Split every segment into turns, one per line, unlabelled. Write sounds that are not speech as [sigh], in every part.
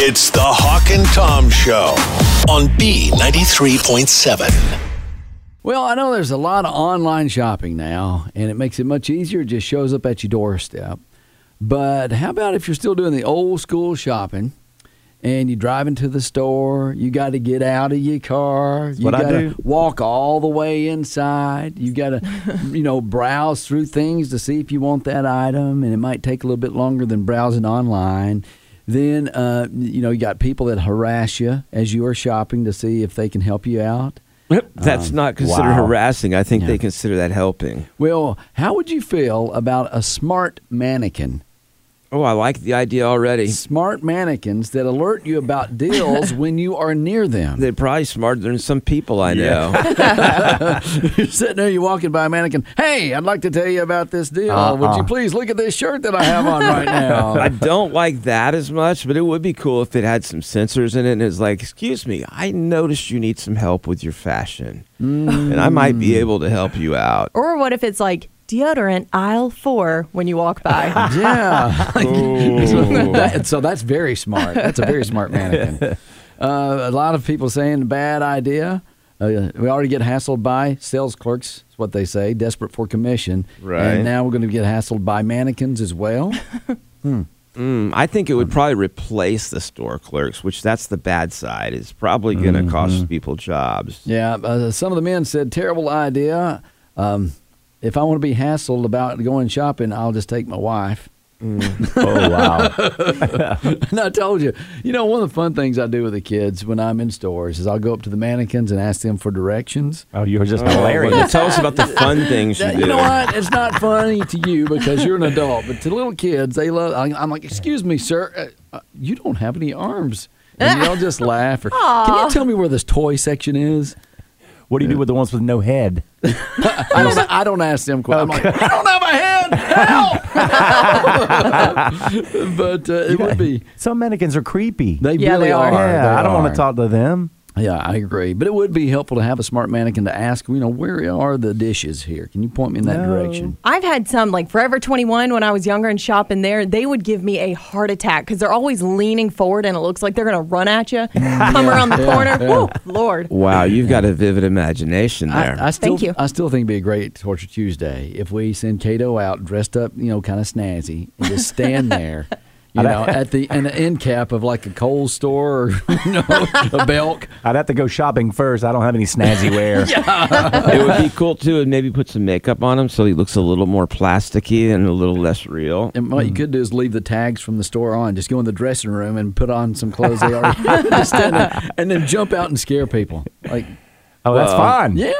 It's the Hawk and Tom Show on B93.7.
Well, I know there's a lot of online shopping now, and it makes it much easier. It just shows up at your doorstep. But how about if you're still doing the old school shopping and you drive into the store, you got to get out of your car, you
what I
got to
do.
walk all the way inside, you
[laughs]
got to, you know, browse through things to see if you want that item, and it might take a little bit longer than browsing online. Then, uh, you know, you got people that harass you as you are shopping to see if they can help you out.
That's not considered
wow.
harassing. I think
Yeah.
they consider that helping.
Well, how would you feel about a smart mannequin?
Oh, I like the idea already.
Smart mannequins that alert you about
[laughs]
deals when you are near them.
They're probably smarter than some people I know. [laughs]
You're sitting there, you're walking by a mannequin. Hey, I'd like to tell you about this deal.
Uh-huh.
Would you please look at this shirt that I have on
[laughs]
right
I
now?
don't like that as much, but it would be cool if it had some sensors in it and it's like, excuse me, I noticed you need some help with your fashion. And I might be able to help you [laughs] out.
Or what if it's like deodorant aisle four when you walk
[laughs]
by?
yeah.
Oh.
so, [laughs] that- so that's very smart. That's a very smart mannequin.
[laughs]
Uh, a lot of people saying bad idea. Uh, we already get hassled by sales clerks. Is what they say, desperate for commission.
Right.
And now we're going to get hassled by mannequins as well.
Mm, I think it would probably replace the store clerks, which that's the bad side. It's probably going to cost people jobs.
Yeah, uh, some of the men said terrible idea. Um, if I want to be hassled about going shopping, I'll just take my wife. [laughs]
Oh wow!
And I told you, you know, one of the fun things I do with the kids when I'm in stores is I'll go up to the mannequins and ask them for directions.
Oh, you were just
Hilarious.
hilarious.
tell us about the [laughs] fun things you
That-
do.
you know what? It's not funny to you because you're an adult, but to little kids, they love. I- I'm like, excuse me, sir, uh, uh, you don't have any arms, and they'll just laugh. Or, Can you tell me where this toy section is?
What do you do with the ones with no head?
I don't, I don't ask them questions. I'm like, I don't have a head. Help!
[laughs]
but uh, it would be.
Some mannequins are creepy.
They
Yeah,
really
they are.
yeah, I don't want to talk to them.
Yeah, I agree. But it would be helpful to have a smart mannequin to ask, you know, where are the dishes here? Can you point me in that direction?
I've had some like Forever 21 when I was younger and shopping there, they would give me a heart attack because they're always leaning forward and it looks like they're going to run at you, come around the
Mm, yeah,
corner.
yeah.
Woo, Lord.
Wow, you've got a vivid imagination there.
I, I still,
Thank you.
I still think it'd be a great Torture Tuesday if we send Cato out dressed up, you know, kind of snazzy, and just
[laughs]
stand there, you know, at the an end cap of like a Kohl's store or [laughs] you know, a Belk.
I'd have to go shopping first. I don't have
[laughs]
any snazzy wear.
it would be cool too, and maybe put some makeup on him so he looks a little more plasticky and a little less real.
And what you could do is leave the tags from the store on. Just go in the dressing room and put on some clothes they already just stand there, and then jump out and scare people. Like,
Oh, that's fine.
yeah,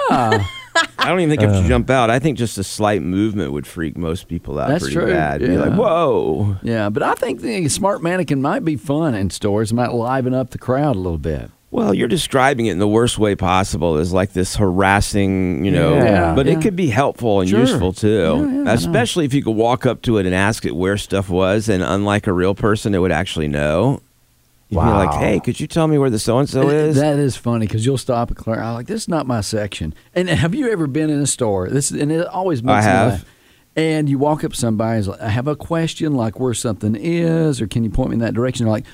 I don't even think if you jump out, I think just a slight movement would freak most people out
That's
pretty
true,
bad. Be like,
yeah.
whoa.
yeah. But I think the smart mannequin might be fun in stores. It might liven up the crowd a little bit.
Well, you're describing it in the worst way possible as like this harassing, you know,
Yeah.
but
Yeah.
it could be helpful and
Sure.
useful too.
Yeah, yeah, I
Especially if you could walk up to it and ask it where stuff was, and unlike a real person, it would actually know. You'd be like,
Wow.
hey, could you tell me where the so and so
It-
is?
That is funny because you'll stop at Claire. I'm like, this is not my section. And have you ever been in a store? This and it always makes me
I have.
laugh. And you walk up to somebody, and like, I have a question like where something is, or can you point me in that direction? They're like,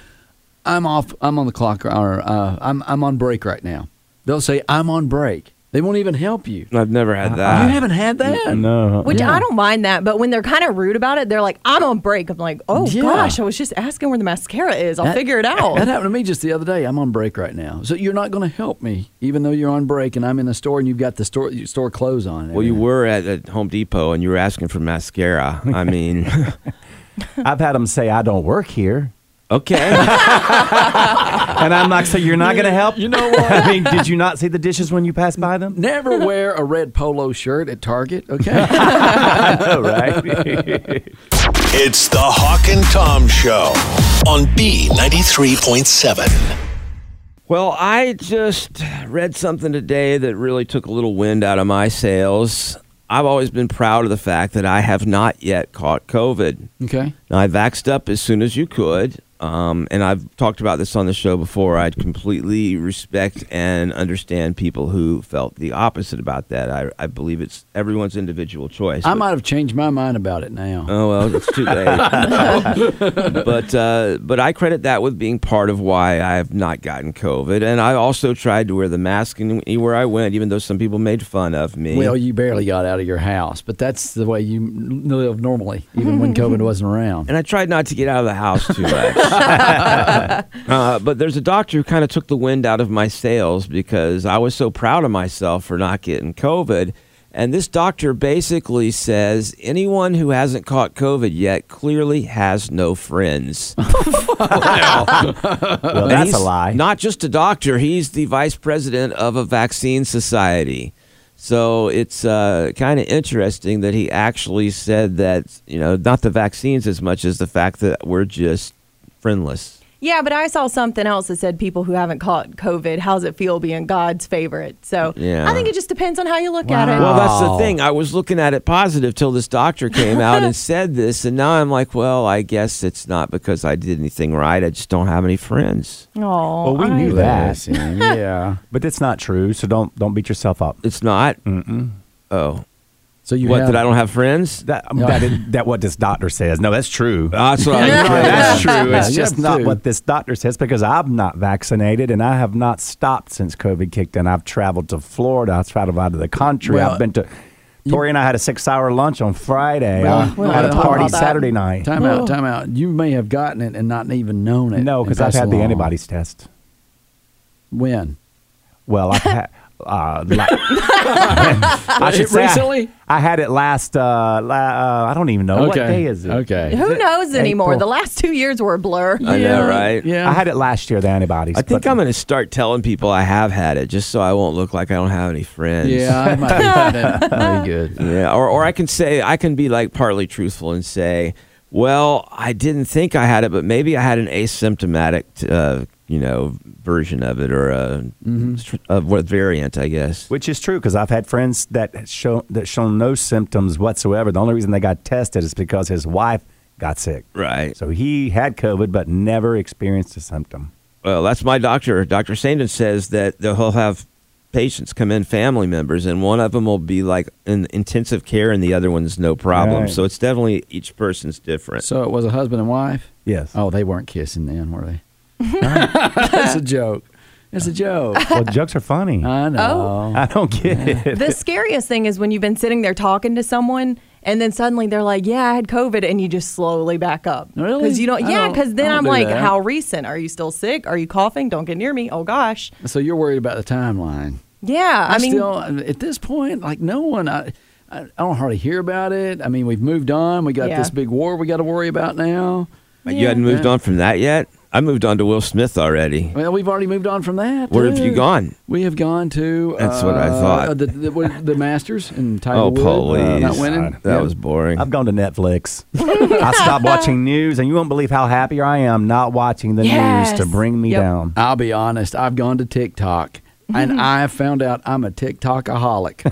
I'm off. I'm on the clock, or uh, I'm I'm on break right now. They'll say I'm on break. They won't even help you.
I've never had
you
that.
haven't had that.
No.
Which
Yeah.
I don't mind that, but when they're kind of rude about it, they're like, I'm on break. I'm like, oh
Yeah.
gosh, I was just asking where the mascara is. I'll
That-
figure it out.
[laughs] That happened to me just the other day. I'm on break right now, so you're not going to help me, even though you're on break and I'm in the store and you've got the store store clothes on. and
Well, you
everything.
were at, at Home Depot and you were asking for mascara.
[laughs]
I mean, [laughs]
I've had them say I don't work here,
okay.
and I'm like, so you're not going to help?
You know what?
[laughs] I mean, did you not see the dishes when you passed by them? [laughs]
Never wear a red polo shirt at Target, okay? [laughs]
No, right?
It's the Hawk and Tom Show on B93.7.
well, I just read something today that really took a little wind out of my sails. I've always been proud of the fact that I have not yet caught COVID.
okay.
Now, I vaxxed up as soon as you could. Um, and I've talked about this on the show before. I completely respect and understand people who felt the opposite about that. I, I believe it's everyone's individual choice.
I
but-
might have changed my mind about it now.
Uh,
Oh well, it's too late. [laughs] but uh, but I credit that with being part of why I have not gotten COVID, and I also tried to wear the mask anywhere I went, even though some people made fun of me.
Well, you barely got out of your house, but that's the way you n- live normally, even when
[laughs]
COVID wasn't around.
and I tried not to get out of the house too much. [laughs] uh, but there's a doctor who kind of took the wind out of my sails because I was so proud of myself for not getting COVID. And this doctor basically says anyone who hasn't caught COVID yet clearly has no friends.
[laughs] Well,
And
that's a
he's
lie.
Not just a doctor, he's the vice president of a vaccine society. So it's uh, kind of interesting that he actually said that, you know, not the vaccines as much as the fact that we're just friendless.
Yeah, but I saw something else that said people who haven't caught COVID, how's it feel being God's favorite? So
Yeah.
I think it just depends on how you look at it.
Well, that's
Oh.
the thing. I was looking at it positive till this doctor came
[laughs]
out and said this. And now I'm like, well, I guess it's not because I did anything right. I just don't have any friends.
Aw,
Well, we
I-
knew that.
Bless him, yeah.
But it's not true, so don't don't beat yourself up.
It's not. Mm-mm. Oh.
So you
what,
have,
that I
[laughs]
don't have friends?
That
No. [laughs]
that, is, that what this doctor says. No, that's true.
That's what I was
No,
trying
[laughs]
to
that's true. It's
Yeah, [laughs]
just
you have
not
to.
what this doctor says because I'm not vaccinated and I have not stopped since COVID kicked in. I've traveled to Florida. I've traveled out of the country.
Well,
I've been to. Tori and I had a six-hour lunch on Friday.
Well,
I
we don't
had
wanna
a
talk
party
about that.
Saturday night.
Time out, time out. You may have gotten it and not even known it.
No,
and
because I've
passed
had the
along.
antibodies test.
When?
Well, I've had. Uh,
[laughs]
la- [laughs] I
It
I-
recently?
I, had it last. Uh, la- uh, I don't even know what day is it.
Okay.
[laughs]
Who knows anymore?
April.
The last two years were a blur.
I know, right?
Yeah.
I had it last year. The antibodies.
I think
but-
I'm going to start telling people I have had it just so I won't look like I don't have any friends.
Yeah, I might have had
[laughs]
it. Very good.
Yeah. Or, or I can say, I can be like partly truthful and say, well, I didn't think I had it, but maybe I had an asymptomatic, uh, you know, version of it or a, a what variant, I guess.
Which is true because I've had friends that show that shown no symptoms whatsoever. The only reason they got tested is because his wife got sick.
Right.
So he had COVID but never experienced a symptom.
Well, that's my doctor. Dr. Sandin says that they'll- he'll have patients come in, family members, and one of them will be like in intensive care and the other one's no problem.
Right.
So it's definitely each person's different.
So it was a husband and wife?
Yes.
Oh, they weren't kissing then, were they? That's a joke. It's a
[laughs]
joke.
Well, jokes are funny.
Uh,
I know.
[laughs] I don't get it.
The scariest thing is when you've been sitting there talking to someone and then suddenly they're like, "Yeah, I had COVID," and you just slowly back up.
Really?
Because you don't.
I
Yeah.
don't-
Because
I
then
don't
I'm
do
like,
that.
"How recent? Are you still sick? Are you coughing? Don't get near me. Oh gosh."
So you're worried about the timeline.
Yeah. I, mean,
still, at this point, like no one, I, I, I don't hardly hear about it. I mean, we've moved on. We got
Yeah.
this big war we got to worry about now.
You hadn't moved on from that yet? I moved on to Will Smith already.
Well, we've already moved on from that.
Where have you
too.
gone?
We have gone to.
That's what I
uh,
thought.
The, the, what- the Masters and Tiger
Oh,
Woods
uh,
uh,
please.
not winning.
That was boring.
I've gone to
[laughs]
Netflix. I stopped watching news, and you won't believe how happy I am not watching the
Yes.
news to bring me
Yep.
down.
I'll be honest. I've gone to TikTok,
[laughs]
and I have found out I'm a TikTokaholic.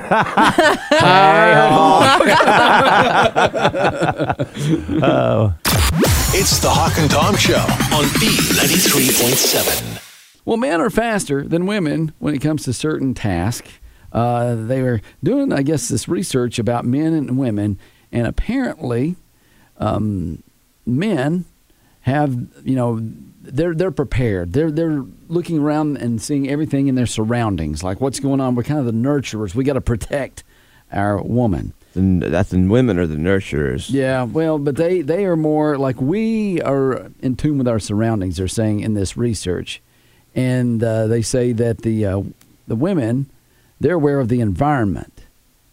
It's the Hawk and Tom Show on B93.7.
Well, men are faster than women when it comes to certain tasks. Uh, they were doing, I guess, this research about men and women, and apparently, um, men have, you know, they're they're prepared. They're they're looking around and seeing everything in their surroundings, like what's going on. We're kind of the nurturers. We got to protect our woman.
And that's the women are the nurturers.
Yeah, well, but they they are more like we are in tune with our surroundings. They're saying in this research, and uh, they say that the uh, the women they're aware of the environment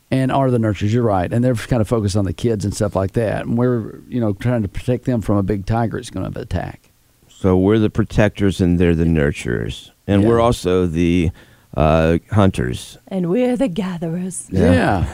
and are the nurturers. You're right, and they're kind of focused on the kids and stuff like that. And we're you know trying to protect them from a big tiger that's going to attack.
So we're the protectors and they're the nurturers. And
Yeah.
we're also the uh, hunters.
and we're the gatherers.
Yeah.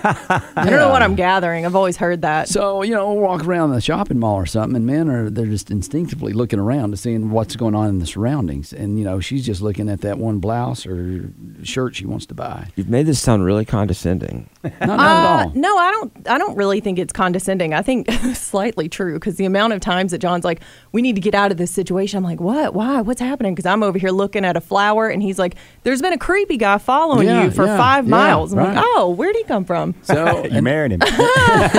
I don't know what I'm gathering. I've always heard that.
So you know, we'll walk around the shopping mall or something, and men are they're just instinctively looking around to seeing what's going on in the surroundings. And you know, she's just looking at that one blouse or shirt she wants to buy.
You've made this sound really condescending.
Not, not at
Uh,
all.
no, I don't. I don't really think it's condescending. I think [laughs] slightly true because the amount of times that John's like, "We need to get out of this situation." I'm like, "What? Why? What's happening?" Because I'm over here looking at a flower, and he's like, "There's been a creepy guy following
Yeah,
you for
yeah,
five
yeah,
miles." I'm
right.
like, "Oh, where'd he come from?" [laughs]
So
You married him.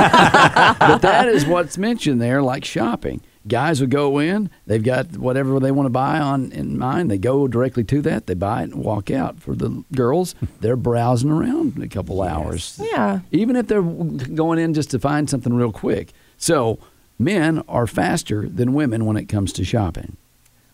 but that is what's mentioned there, like shopping. Guys will go in, they've got whatever they want to buy on in mind. They go directly to that, they buy it and walk out. For the girls, they're browsing around in a couple hours.
Yeah.
Even if they're going in just to find something real quick. So men are faster than women when it comes to shopping.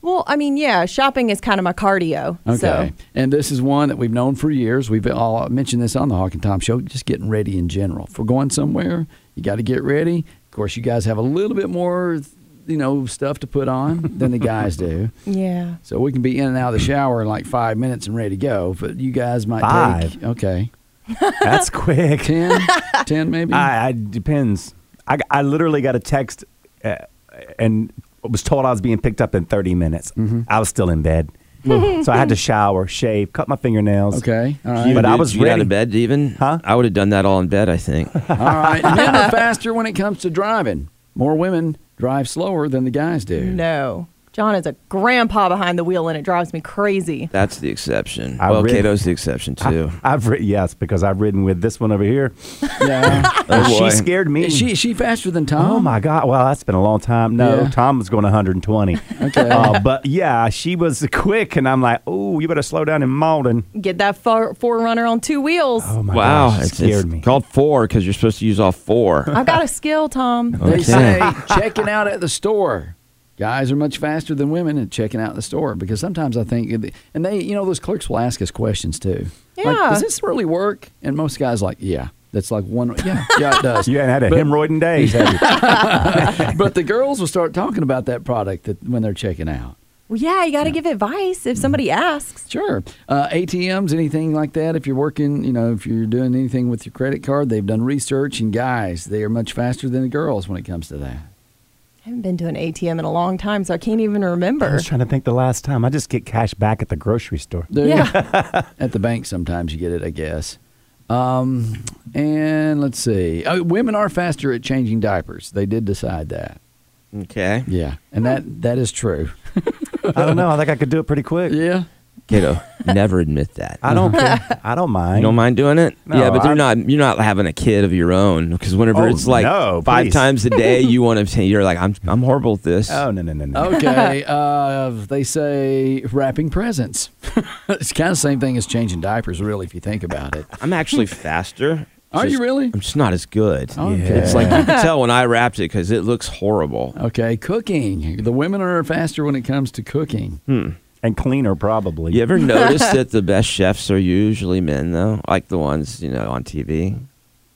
Well, I mean, yeah, shopping is kind of my cardio.
Okay.
So.
And this is one that we've known for years. We've all mentioned this on the Hawk and Tom show, just getting ready in general. If we're going somewhere, you got to get ready. Of course, you guys have a little bit more, you know, stuff to put on than the guys do.
Yeah.
So we can be in and out of the shower in like five minutes and ready to go. But you guys might take,
Five?
okay,
That's quick.
10, 10 maybe?
I, I depends. I, I literally got a text uh, and was told I was being picked up in 30 minutes.
Mm-hmm.
I was still
[laughs]
in bed, so I had to shower, shave, cut my fingernails.
okay. All right.
But
Even
I
did-
was
you got out
ready.
of bed, even.
Huh?
I would have done that all in bed.
[laughs]
I think.
All right. Men are faster when it comes to driving. More women drive slower than the guys do.
No. John is a grandpa behind the wheel, and it drives me crazy.
That's the exception.
I
well,
really-
Cato's the exception too.
I've ri- yes, because I've ridden with this one over here.
Yeah.
oh boy.
[laughs] She scared me.
Is she, is she faster than Tom?
Oh my God! Well, that's been a long time. No,
Yeah.
Tom was going 120.
[laughs] Okay.
Uh, but yeah, she was quick, and I'm like, oh, you better slow down in Malden.
Get that four, forerunner on two wheels.
Oh my
wow,
gosh, it
it's,
scared
it's
me.
called four because you're supposed to use
[laughs]
all four.
[laughs]
I've got a skill, Tom.
They
Okay.
say checking out at the store. Guys are much faster than women at checking out at the store because sometimes I think, and they, you know, those clerks will ask us questions too. Like,
Yeah.
does this really work? And most guys like, yeah. That's like one, yeah, yeah, it
[laughs]
does.
You hadn't had a
But-
hemorrhoid in days, have you?
But the girls will start talking about that product that, when they're checking out.
Well, yeah, you got to give advice if somebody
Mm-hmm.
asks.
Sure. Uh, ATMs, anything like that. If you're working, you know, if you're doing anything with your credit card, they've done research, and guys, they are much faster than the girls when it comes to that.
I haven't been to an ATM in a long time, so I can't even
I
remember.
was trying to think the last time. I just get cash back at the grocery store.
Do you?
Yeah.
[laughs] At the bank, sometimes you get it, I guess. Um, and let's see. Oh, women are faster at changing diapers. They did decide that.
Okay,
Yeah, and that that is true.
I don't know. I think I could do it pretty
[laughs]
quick.
Yeah.
Cato, never admit that.
I
[laughs]
don't care. I don't mind.
You don't mind doing it?
No,
yeah, but they're
I'm-
not. You're not having a kid of your own because whenever
Oh,
it's like
no,
five
please.
times a day,
[laughs]
you want to. You're like, I'm. I'm horrible at this.
Oh no no no no.
[laughs] Okay. uh, they say wrapping presents. [laughs] it's kind of the same thing as changing diapers, really, if you think about it.
I'm actually faster.
Are
Just-
you really?
I'm just not as good.
Okay.
It's like you can tell when I wrapped it because it looks horrible.
Okay, cooking. The women are faster when it comes to cooking.
And cleaner
[laughs]
probably.
You ever notice that the best chefs are usually men though, like the ones you know on TV?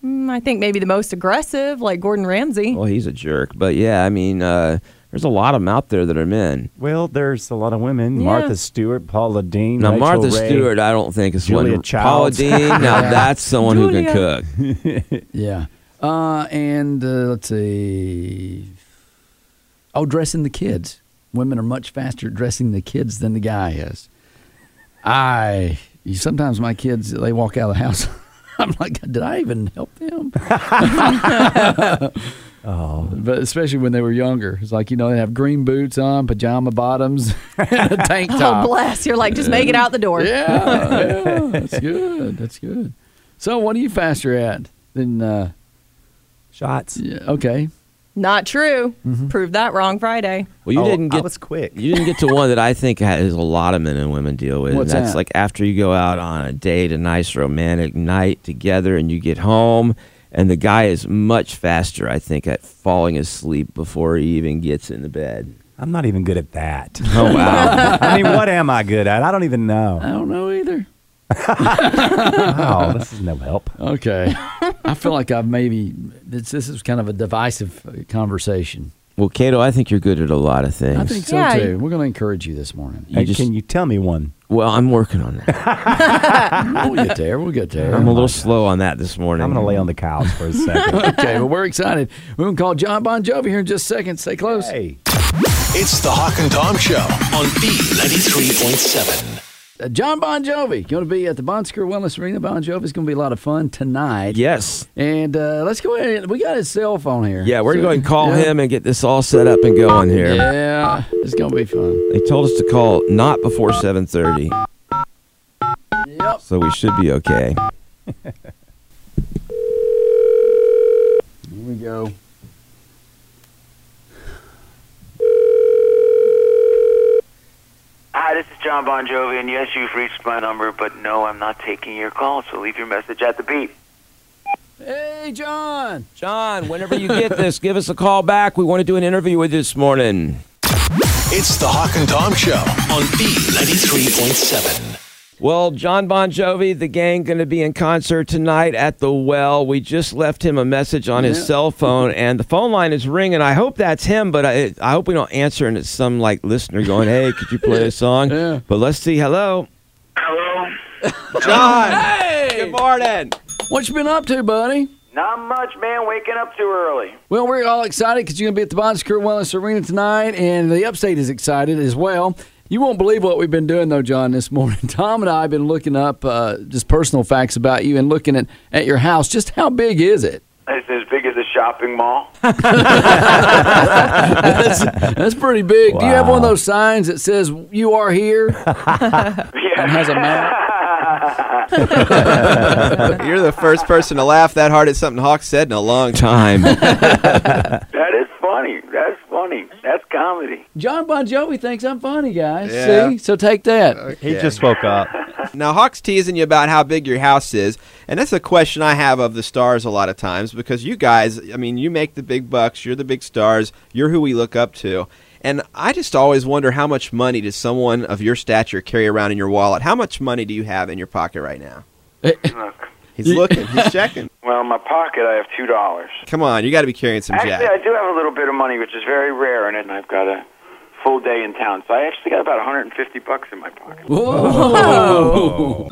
Mm, I think maybe the most aggressive, like Gordon Ramsay.
Well, he's a jerk, but yeah, I mean, uh, there's a lot of them out there that are men.
Well, there's a lot of women.
Yeah.
Martha Stewart, Paula Dean,
Now,
Rachel
Martha
Ray.
Stewart, I don't think is
Julia [laughs]
one. Paula
Childs.
Dean, now that's someone who can
Julia.
cook.
Yeah. Uh, and uh, let's see. Oh, dressing the kids. Women are much faster at dressing the kids than the guy is. I you- sometimes my kids they walk out of the house. [laughs] I'm like, did I even help them? [laughs] oh, but especially when they were younger, it's like you know they have green boots on, pajama bottoms, [laughs] and a tank top.
[laughs] [laughs] Oh, bless. You're like, just make it out the door.
Yeah, yeah, that's good. That's good. So, what are you faster at than? Uh,
Shots.
yeah, okay,
Not true.
Mm-hmm.
Proved that wrong Friday.
Well, you
Oh,
didn't
I
get
was quick.
you didn't get to one that I think has a lot of men and women deal with.
What's
and that's
that?
like after you go out on a date, a nice romantic night together, and you get home, and the guy is much faster, I think, at falling asleep before he even gets in the bed.
[laughs] I'm not even good at
[laughs]
that.
Oh wow!
I mean, what am I good at? I don't even
I
[laughs]
know.
don't know either.
Oh, this is no help.
[laughs] Okay, I feel like I've maybe this, this is kind of a divisive uh, conversation.
well, Cato, I think you're good at a lot of things.
I think so
Yeah.
too. We're going to encourage you this [laughs] morning.
You
Hey,
just-
can you tell me one?
Well, I'm working on
[laughs]
that.
We'll get there. We'll get there.
I'm a little slow on that this morning.
I'm gonna lay on the couch for a
[laughs]
second.
okay, well, we're excited. We're going to call John Bon Jovi here in just a second. Stay close.
hey.
It's the Hawk and Tom Show on B93.7.
Uh, John Bon Jovi going to be at the Bon Screw Wellness Arena. Bon Jovi's going to be a lot of fun tonight.
Yes.
And uh, let's go ahead. and- We got his cell phone here.
Yeah, we're
So-
going to call
Yeah.
him and get this all set up and going here.
Yeah, it's going to be fun.
They told us to call not before 7:30,
Yep.
so we should be okay.
Here we go.
Hi, this is John Bon Jovi, and yes, you've reached my number, but no, I'm not taking your call, so leave your message at the beep.
Hey, John.
John, whenever you get this, give us a call back. We want to do an interview with you this morning.
It's the Hawk and Tom Show on B93.7.
Well, John Bon Jovi, the gang, going to be in concert tonight at the Well. We just left him a message on
Yeah.
his cell phone, and the phone line is ringing. I hope that's him, but I, I hope we don't answer, and it's some like listener going, "Hey, could you
[laughs]
play a song?"
Yeah.
But let's see. Hello,
Hello?
[laughs] John. Hey, good morning.
What you been up to, buddy?
Not much, man. Waking up too early.
Well, we're all excited because you're going to be at the Bon Secure Wellness Arena tonight, and the Upstate is excited as well. You won't believe what we've been doing, though, John, this morning. [laughs] Tom and I have been looking up uh, just personal facts about you and looking at, at your house. Just how big is it? [laughs]
It's as big as a shopping mall. [laughs]
That's, that's pretty big. Do you have one of those signs that says, You are here? and has a map? [laughs]
[laughs]
You're the first person to laugh that hard at something Hawk said in a long time.
Time.
That is funny. That's funny. That's comedy.
John Bon Jovi thinks I'm funny, guys.
Yeah.
See? So take that.
He just woke up.
Now, Hawk's teasing you about how big your house is, and that's a question I have of the stars a lot of times because you guys, I mean, you make the big bucks, you're the big stars, you're who we look up to. And I just always wonder how much money does someone of your stature carry around in your wallet? How much money do you have in your pocket right now?
Look.
He's looking, he's checking.
Well, in my pocket, I have two dollars.
Come on, you got to be carrying some jack.
Actually, I do have a little bit of money, which is very rare, in it, and I've got a full day in town, so I actually got about 150 bucks in my pocket.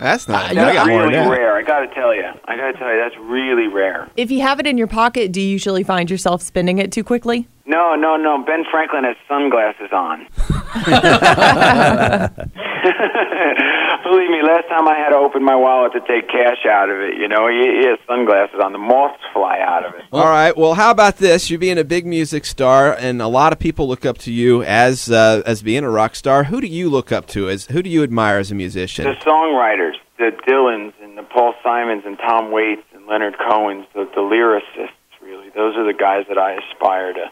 That's not. I
That's
got more
really
than that.
rare. I gotta tell you. I gotta tell you, that's really rare.
If you have it in your pocket, do you usually find yourself spending it too quickly?
No, no, no. Ben Franklin has sunglasses on. Believe me, last time I had to open my wallet to take cash out of it. You know, he, he has sunglasses on. The moths fly out of it.
All right. Well, how about this? You being a big music star, and a lot of people look up to you as uh, as being a rock star. Who do you look up to? As who do you admire as a
The
musician?
songwriters, the Dylans and the Paul Simons and Tom Waits and Leonard Cohen's, the, the lyricists, really. Those are the guys that I aspire to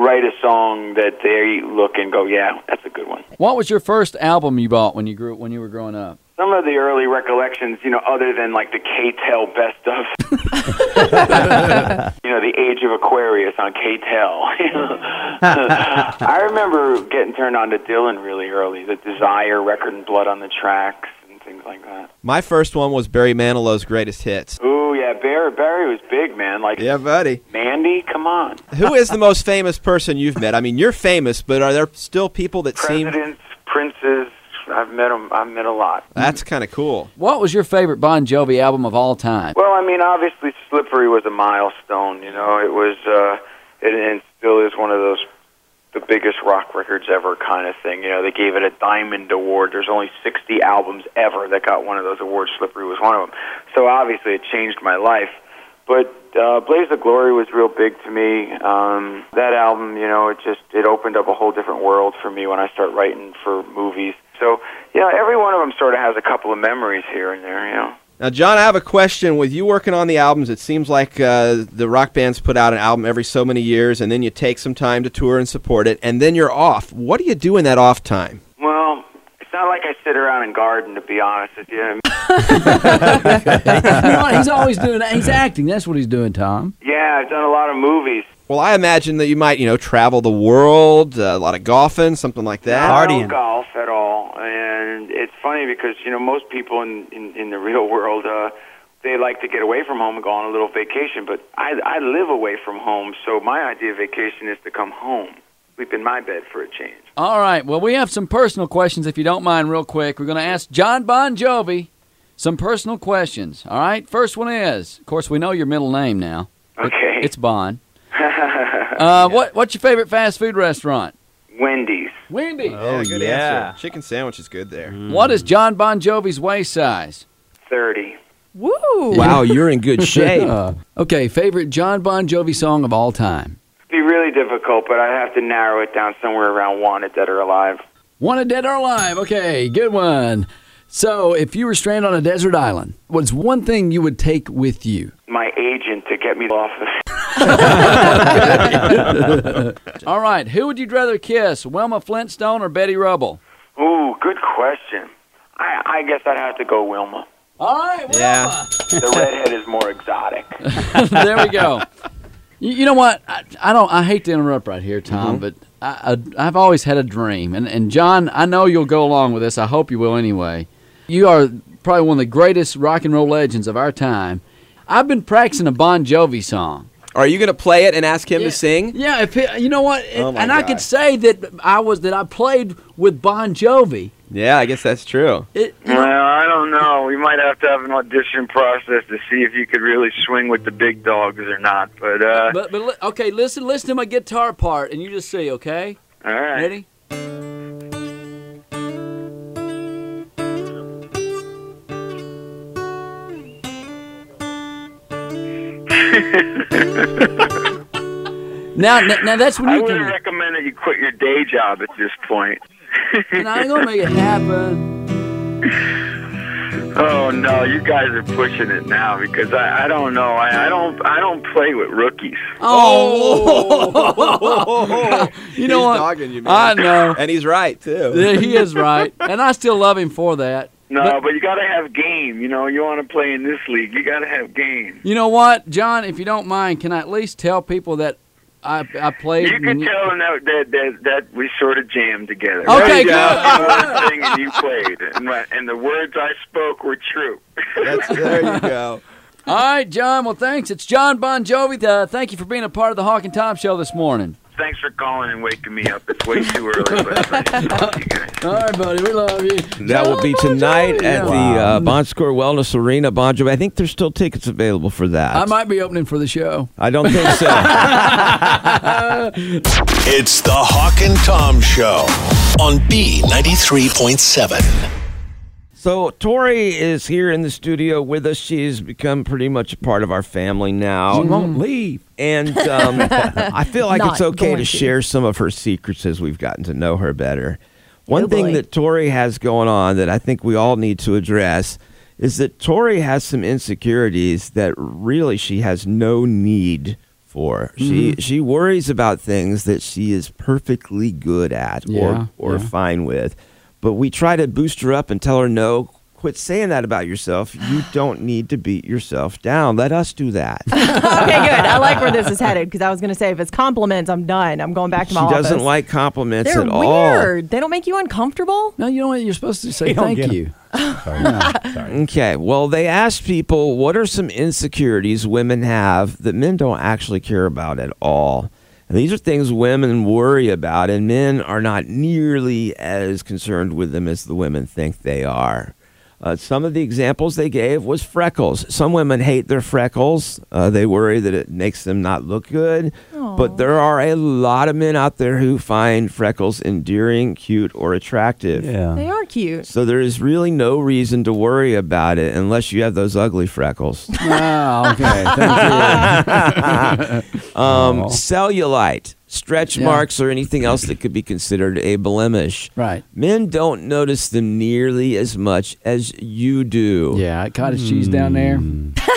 write a song that they look and go, yeah, that's a good one.
What was your first album you bought when you grew when you were growing up?
Some of the early recollections, you know, other than like the K-Tel best of, you know, the Age of Aquarius on K-Tel. [laughs] I remember getting turned on to Dylan really early, the Desire record and Blood on the Tracks and things like that.
My first one was Barry Manilow's greatest hits.
Ooh, yeah, Barry, Barry was big, man. Like,
Yeah, buddy.
Mandy, come on.
Who is the most famous person you've met? I mean, you're famous, but are there still people that seem
Presidents, princes, I've met 'em- I've met a lot.
that's kind of cool?
What was your favorite Bon Jovi album of all time?
Well, I mean, obviously, Slippery was a milestone. You know, it was, uh, it, and still is one of those the biggest rock records ever kind of thing. You know, they gave it a Diamond Award. There's only 60 albums ever that got one of those awards. Slippery was one of them. So obviously, it changed my life. But uh, Blaze of Glory was real big to me. Um, that album, you know, it just it opened up a whole different world for me when I start writing for movies. So, you know, every one of them sort of has a couple of memories here and there. You know.
Now, John, I have a question. With you working on the albums, it seems like uh, the rock bands put out an album every so many years, and then you take some time to tour and support it, and then you're off. What do you do in that off time?
Well, it's not like I sit around and garden, to be honest with you.
You know what? he's always doing he's acting. That's what he's doing, Tom.
Yeah, I've done a lot of movies.
Well, I imagine that you might, you know, travel the world, uh, a lot of golfing, something like that.
I don't golf at all, and it's funny because you know most people in in, in the real world uh, they like to get away from home and go on a little vacation, but I I live away from home, so my idea of vacation is to come home, sleep in my bed for a change.
All right. Well, we have some personal questions, if you don't mind, real quick. We're going to ask John Bon Jovi some personal questions. All right. First one is, of course, we know your middle name now.
Okay,
It's Bon. Uh, What What's your favorite fast food restaurant?
Wendy's.
Wendy.
Oh, Uh,
yeah, good
yeah.
answer. Chicken sandwich is good there.
Mm-hmm.
What is John Bon Jovi's waist size?
30.
Woo!
Wow, you're in good shape.
Uh, okay, favorite John Bon Jovi song of all time.
It'd be really difficult, but I'd have to narrow it down somewhere around Wanted Dead or Alive.
Wanted Dead or Alive. Okay, good one. So, if you were stranded on a desert island, what's one thing you would take with you?
My agent to get me off the.
All right, who would you rather kiss, Wilma Flintstone or Betty Rubble?
Ooh, good question. I, I guess I'd have to go Wilma.
All right, Wilma.
Yeah.
The redhead is more exotic.
[laughs] there we go. You, you know what? I, I don't. I hate to interrupt right here,
Mm-hmm.
Tom, but I, I, I've always had a dream, and and John, I know you'll go along with this. I hope you will anyway. You are probably one of the greatest rock and roll legends of our time. I've been practicing a Bon Jovi song.
Are you going to play it and ask him
Yeah.
to sing?
Yeah, if he, you know what,
Oh my
and I could
God.
say that I was that I played with Bon Jovi.
Yeah, I guess that's
[laughs]
true.
It,
Well, I don't know. We might have to have an audition process to see if you could really swing with the big dogs or not. But, uh,
but but li- okay, listen listen to my guitar part, and you just see, okay?
all right. [laughs]
Ready? now, now, now that's when
I
you
would
can.
recommend that you quit your day job at this point.
And I ain't gonna make it
[laughs]
happen.
Oh no, you guys are pushing it now because I, I don't know. I, I don't I don't play with rookies. Oh,
[laughs] Oh,
you know
he's
what?
dogging you, man.
I know.
And he's right
[laughs]
too.
Yeah, he is right, and I still love him for that.
No, but, you gotta have game. You know, you want to play in this league, you gotta have game.
You know what, John? If you don't mind, can I at least tell people that I I played?
You can
and
tell them that that, that that we sort of jammed together.
Okay,
You
good.
were singing, you played, and, my- and the words I spoke were true.
That's, there you go.
All right, John. Well, thanks. It's John Bon Jovi. Uh, thank you for being a part of the Hawk and Tom show this morning.
Thanks for calling and waking me up. It's way too early, but I you guys.
All right, buddy. We love you.
That will be tonight at the
Wow.
uh, Bon Score Wellness Arena, Bon Jovi. I think there's still tickets available for that.
I might be opening for the show.
I don't think
[laughs]
so.
It's the Hawk and Tom Show on B93.7.
so Tori is here in the studio with us. She's become pretty much a part of our family now.
Won't leave.
And um, I feel like
Not
it's okay
going
to
to.
share some of her secrets as we've gotten to know her better. One
Oh,
thing
boy.
that Tori has going on that I think we all need to address is that Tori has some insecurities that really she has no need for. She she worries about things that she is perfectly good at
Yeah,
or or
yeah.
fine with. But we try to boost her up and tell her no, quit saying that about yourself. You don't need to beat yourself down. Let us do that.
[laughs] okay, good. I like where this is headed because I was going to say if it's compliments, I'm done. I'm going back
She
to my office.
doesn't like compliments
They're
at
weird. They don't make you uncomfortable.
No, you know what? You're supposed to say
[laughs] You don't
thank
get
[laughs]
'em.
you.
Sorry. Sorry.
all. Okay. Well, they asked people what are some insecurities women have that men don't actually care about at all. And these are things women worry about, and men are not nearly as concerned with them as the women think they are. Uh, some of the examples they gave was freckles. Some women hate their freckles. Uh, they worry that it makes them not look good. But there are a lot of men out there who find freckles endearing, cute, or attractive.
Yeah.
They are cute.
So there is really no reason to worry about it unless you have those ugly freckles.
Oh, okay. Thank
Um, cellulite, stretch
Yeah.
marks, or anything else that could be considered a blemish.
you. right.
Men don't notice them nearly as much as you do.
Yeah, cottage cheese down there.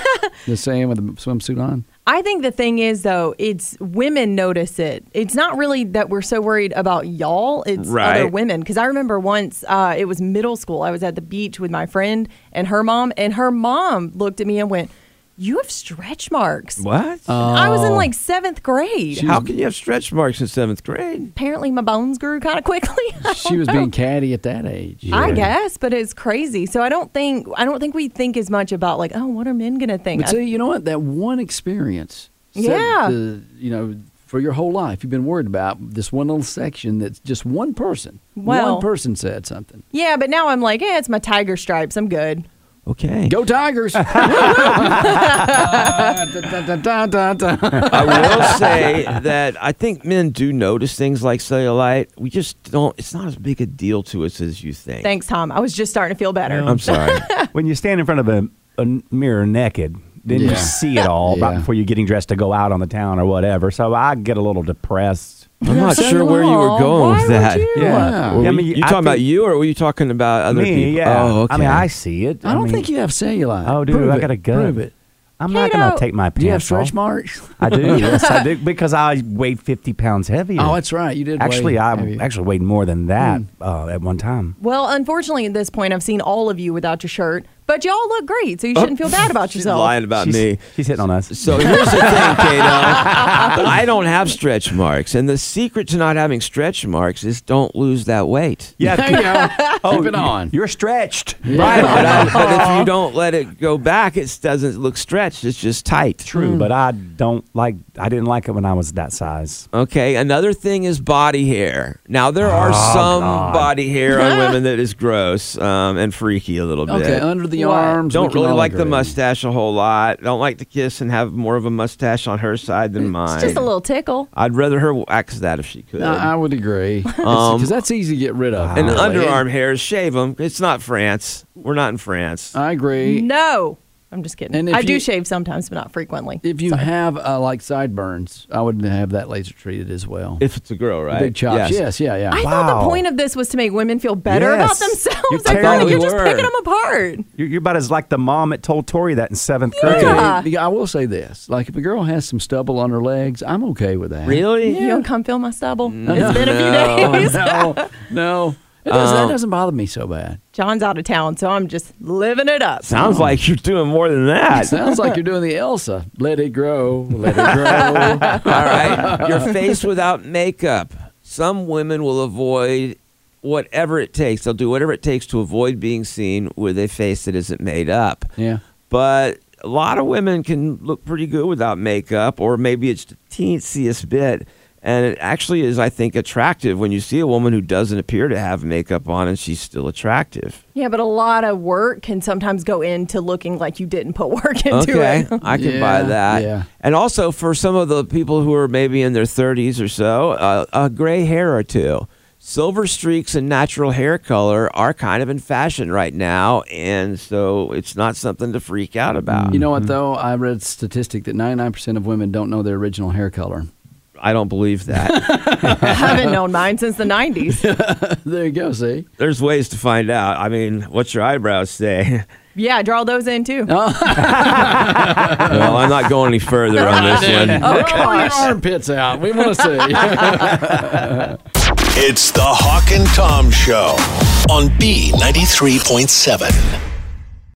[laughs] the same with the swimsuit on.
I think the thing is though, it's women notice it. It's not really that we're so worried about y'all. It's other
Right.
women. Because I remember once uh, it was middle school. I was at the beach with my friend and her mom, and her mom looked at me and went, "You have stretch marks."
What?
I was in like seventh grade.
Um, How can you have stretch marks in seventh grade?
Apparently, my bones grew kind of quickly. [laughs] I
She
don't
was
know.
being catty at that age.
Oh. I guess, but it's crazy. So I don't think I don't think we think as much about like, oh, what are men gonna think?
But see, you know what? That one experience. set
Yeah.
the- you know, for your whole life, you've been worried about this one little section that's just one person.
Well-
one person said something.
yeah, but now I'm like, yeah, it's my tiger stripes. I'm good.
Okay.
Go
[laughs]
Tigers! [laughs] Dun-dun-dun-dun-dun-dun.
I will say that I think men do notice things like cellulite. We just don't. It's not as big a deal to us as you think.
Thanks, Tom. I was just starting to feel better.
I'm sorry.
[laughs]
when you stand in front of a, a mirror naked, then
Yeah.
you see it all right
Yeah.
before you're getting dressed to go out on the town or whatever. So I get a little depressed.
I'm not sure where you were
Aw,
going
why
with
would
that.
you?
Yeah.
Were
I
you-
mean,
you
I
talking about
think-
you, or were you talking about other
Me,
people?
yeah.
Oh, okay.
I mean, I see it.
I don't
mean-
think you have cellulite.
Oh, dude,
Prove
I
it.
got a gun.
Prove it.
I'm
Hey,
not going
no.
to take my pants
Do you have
off.
stretch marks?
I
[laughs]
do. yes, I do because I weighed 50 pounds heavier.
Oh, that's right. You did. weigh
Actually, I
heavy. [laughs] Hmm.
actually weighed more than that uh, at one time.
Well, unfortunately, at this point, I've seen all of you without your shirt, but y'all look great, so you shouldn't feel bad about
Oh, She's
yourself.
lying about
she's,
me.
She's hitting on us.
So here's the thing, Kato. [laughs] I don't have stretch marks, and the secret to not having stretch marks is don't lose that weight.
[laughs]
[laughs] [laughs] yeah, oh,
There you go. Oh, Keep it on.
You're stretched.
[laughs]
Right, but, I- but if you don't let it go back, it doesn't look stretched. It's just tight.
True, but
Hmm.
I don't like. I didn't like it when I was that size.
Okay, another thing is body hair. Now there are
Oh,
some body
[laughs]
hair on women that is gross um, and freaky a little bit.
okay, under the
What?
arms. we
Don't
can
really
all
like the
agree.
mustache a whole lot. Don't like to kiss and have more of a mustache on her side than mine.
Mm, It's just a little Uh-uh. tickle.
I'd rather her wax that if she could.
No, I would
[laughs]
agree.
Um,
Because that's easy to get rid of.
and
really.
underarm hairs, shave them. It's not France. We're not in France.
Uh,
I
Mm-hmm.
agree.
No, I'm just kidding.
And if
I do
you-
shave sometimes, but not frequently.
If you have uh, like sideburns, I would have that laser treated as well.
if it's a girl, right?
Big chops. Yes. yeah, yeah.
I thought
Wow.
the point of this was to make women feel better
Yes.
about themselves.
You're
I feel
tearing
like you're
the
just
word.
picking them apart.
You're, you're about as like the mom that told Tori that in seventh grade.
Yeah.
Okay, I will say this: like if a girl has some stubble on her legs, I'm okay with that.
Really?
You don't come feel my stubble.
no.
It's been a few
Mm. No.
days.
[laughs]
[laughs]
no, no, it doesn't, that doesn't bother me so bad.
John's out of town, so I'm just living it up.
Sounds like you're doing more than
[laughs]
that.
Sounds like you're doing the Elsa. Let it grow, let it grow.
All right. Your face without makeup. Some women will avoid whatever it takes. They'll do whatever it takes to avoid being seen with a face that isn't made up.
yeah.
But a lot of women can look pretty good without makeup, or maybe it's the teensiest bit. And it actually is, I think, attractive when you see a woman who doesn't appear to have makeup on and she's still
[laughs]
attractive.
Yeah, but a lot of work can sometimes go into looking like you didn't put work into
okay,
it.
I can
Yeah,
buy that.
yeah.
And also for some of the people who are maybe in their 30s or so, uh, a gray hair or two. Silver streaks and natural hair color are kind of in fashion right now, and so it's not something to freak out about.
You know what though? I read a statistic that 99% of women don't know their original hair color.
I don't believe that. [laughs]
I haven't known mine since the 90s.
There you go. See,
There's ways to find out. I mean, what's your eyebrows say? [laughs]
Yeah, I draw those in too.
well, I'm not going any further on this one.
Oh,
Pull
[laughs]
your armpits out. We want to see. [laughs]
It's the Hawk and Tom Show on B93.7.